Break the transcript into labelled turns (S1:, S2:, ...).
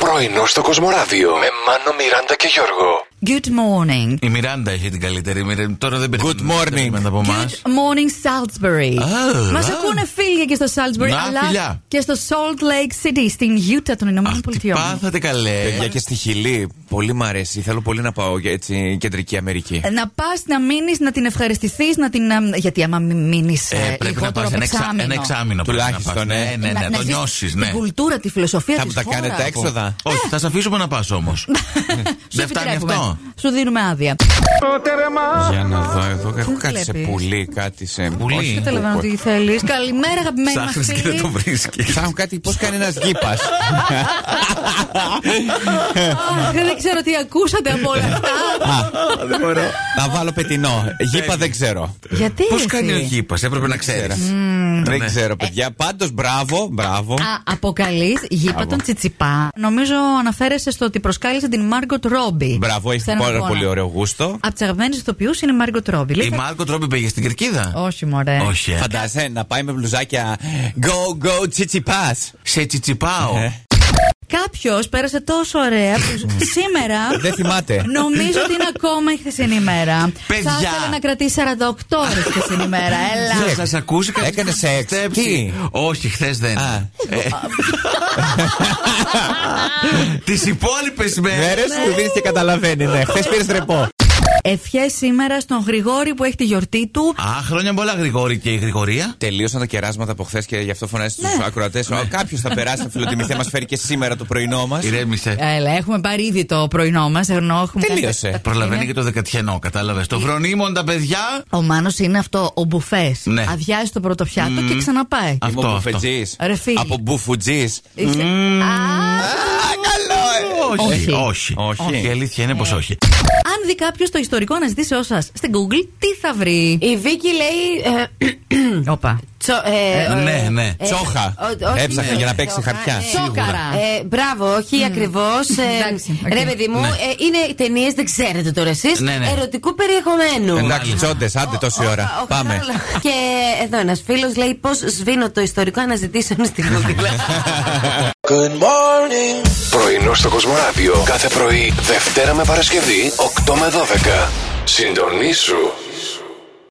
S1: Πρωινό στο Κοσμοράδιο με Μάνο, Μιράντα και Γιώργο.
S2: Good morning.
S3: Η Μιράντα έχει την καλύτερη. Μιρ- Τώρα δεν περιμένουμε.
S4: morning.
S3: δεν περιμένουμε από εμά.
S2: Good morning, Salisbury.
S3: Α,
S2: Μας
S3: α.
S2: ακούνε φίλια και στο Salisbury,
S3: Να,
S2: αλλά
S3: φιλιά.
S2: και στο Salt Lake City, στην Utah των Ηνωμένων
S3: Τι
S2: Πολιτειών.
S3: πάθατε καλέ.
S4: Παιδιά και στη Χιλή, πολύ μ' αρέσει. Θέλω πολύ να πάω για έτσι κεντρική Αμερική.
S2: Ε, Να πας, να μείνεις, να την ευχαριστηθείς, να την. ε, Γιατί άμα μείνεις.
S3: Ε, πρέπει να πας ένα, εξα- ένα εξάμεινο. πρέπει να πας.
S4: Τουλάχιστον, ε.
S3: Ναι, ναι, ναι, να, το
S2: ζεις
S3: νιώσεις.
S2: την
S3: Ναι.
S2: κουλτούρα, τη φιλοσοφία
S4: Θα
S2: της
S4: μου τα κάνετε
S2: χώρας.
S4: έξω. Έξοδα.
S3: Όχι, θα σε αφήσουμε να πας όμως.
S2: Σου
S3: Δεν φτάνει
S2: επιτρέπουμε.
S3: αυτό.
S2: Σου δίνουμε άδεια.
S4: Για να δω εδώ. Έχω
S2: Πού
S4: κάτι σε
S2: βλέπεις?
S4: πουλί, κάτι σε.
S3: Πουλί.
S4: Όχι,
S3: Δεν
S2: Καταλαβαίνω
S4: όχι.
S2: τι θέλεις. Καλημέρα, αγαπημένοι μα
S3: Ψάχνει λοιπόν. και δεν το
S2: φίλοι.
S3: βρίσκεις.
S4: Ψάχνω κάτι, πώς κάνει ένας γήπας.
S2: Αχ, Δεν ξέρω τι ακούσατε από όλα αυτά.
S4: Να βάλω πετεινό. Γήπα δεν ξέρω.
S2: Γιατί.
S3: Πώς
S2: εσύ?
S3: κάνει ο γήπας, έπρεπε να ξέρεις.
S4: Ξέρω. Δεν ξέρω, παιδιά. Πάντως, μπράβο, μπράβο.
S2: Α, αποκαλείς γήπα τον Τσιτσιπά. Νομίζω αναφέρεσαι στο ότι προσκάλεσε την Μάργκοτ Ρόμπι.
S4: Μπράβο, έχει πάρα πολύ ωραίο γούστο.
S2: Από τις αγαπημένες ηθοποιούς είναι η Μάργκοτ Ρόμπι. Λέει,
S3: Η Μάρκο Τρόμπι πήγε στην κερκίδα.
S2: Όχι, μωρέ.
S3: Όχι. ε.
S4: Φαντάζεσαι να πάει με μπλουζάκια Go, go, τσιτσιπάς.
S3: Σε τσιτσιπάω.
S4: Ε.
S2: Κάποιος πέρασε τόσο ωραία που σήμερα.
S4: Δεν θυμάται.
S2: Νομίζω ότι είναι ακόμα η χθεσινή ημέρα.
S3: Παιδιά.
S2: Θα ήθελα να κρατήσει 48 ώρε χθεσινή ημέρα. Έλα.
S4: Ναι.
S3: Θα σα ακούσει κάποιος.
S4: Έκανε σεξ. Τι?
S3: Όχι, χθες δεν. Ε,
S4: Α.
S3: Τις υπόλοιπες μέρες.
S4: Μέρες του δίνει Ναι, και καταλαβαίνεις, ναι. Χθες πήρες ρεπό.
S2: Ευχές σήμερα στον Γρηγόρη που έχει τη γιορτή του.
S3: Α, χρόνια πολλά Γρηγόρη και η Γρηγορία.
S4: Τελείωσαν τα κεράσματα από χθες και γι' αυτό φωνάζει στους ακροατέ. Κάποιος θα περάσει, θα φιλοτιμηθεί, μας φέρει και σήμερα το πρωινό
S3: Ε.
S4: μας.
S3: Ηρέμησε.
S2: Έλα, έχουμε πάρει ήδη το πρωινό μας.
S4: Τελείωσε.
S3: Προλαβαίνει και το δεκατιανό, κατάλαβες.
S4: Ε-
S3: Το βρονίμον τα παιδιά.
S2: Ο Μάνος είναι αυτό, ο μπουφές.
S3: Ναι.
S2: Αδειάζει το πρώτο πιάτο και ξαναπάει.
S3: Α, αυτό,
S4: Από
S3: αυτό.
S4: μπουφετζής.
S2: Ρε φίλε.
S4: Από μπουφουτζής.
S2: Είσαι- Α,
S4: Καλό, ε!
S2: Όχι.
S3: Όχι.
S4: Όχι.
S3: Η αλήθεια είναι πως όχι.
S2: Αν δει κάποιος το ιστορικό αναζητήσεώ σα στην Google, τι θα βρει.
S5: Η Βίκη λέει. ε,
S2: Όπα.
S5: τσο- ε, ε,
S3: Ναι, ναι.
S5: ε,
S4: Τσόχα.
S5: ο- όχι,
S4: Έψαχνε
S5: ε,
S4: για να παίξει
S5: τσόχα,
S4: χαρτιά.
S5: ε,
S2: Τσόκαρα.
S5: Ε, μπράβο, όχι ακριβώς ακριβώ.
S2: Εντάξει, οκ.
S5: Ρε, παιδί
S4: Ναι.
S5: μου, ε, είναι ταινίες, δεν ξέρετε τώρα εσείς.
S3: Ναι, ναι.
S5: Ερωτικού περιεχομένου.
S4: Εντάξει, τσόντες, άντε τόση
S5: Ο- ο-
S4: ώρα.
S5: ο-
S4: Πάμε.
S5: Και εδώ ένας φίλος λέει πώς σβήνω το ιστορικό αναζητήσεων στην Google.
S1: Πρωινό στο Κοσμοράδιο κάθε πρωί, Δευτέρα με Παρασκευή, 8 με 12. Συντονίσου.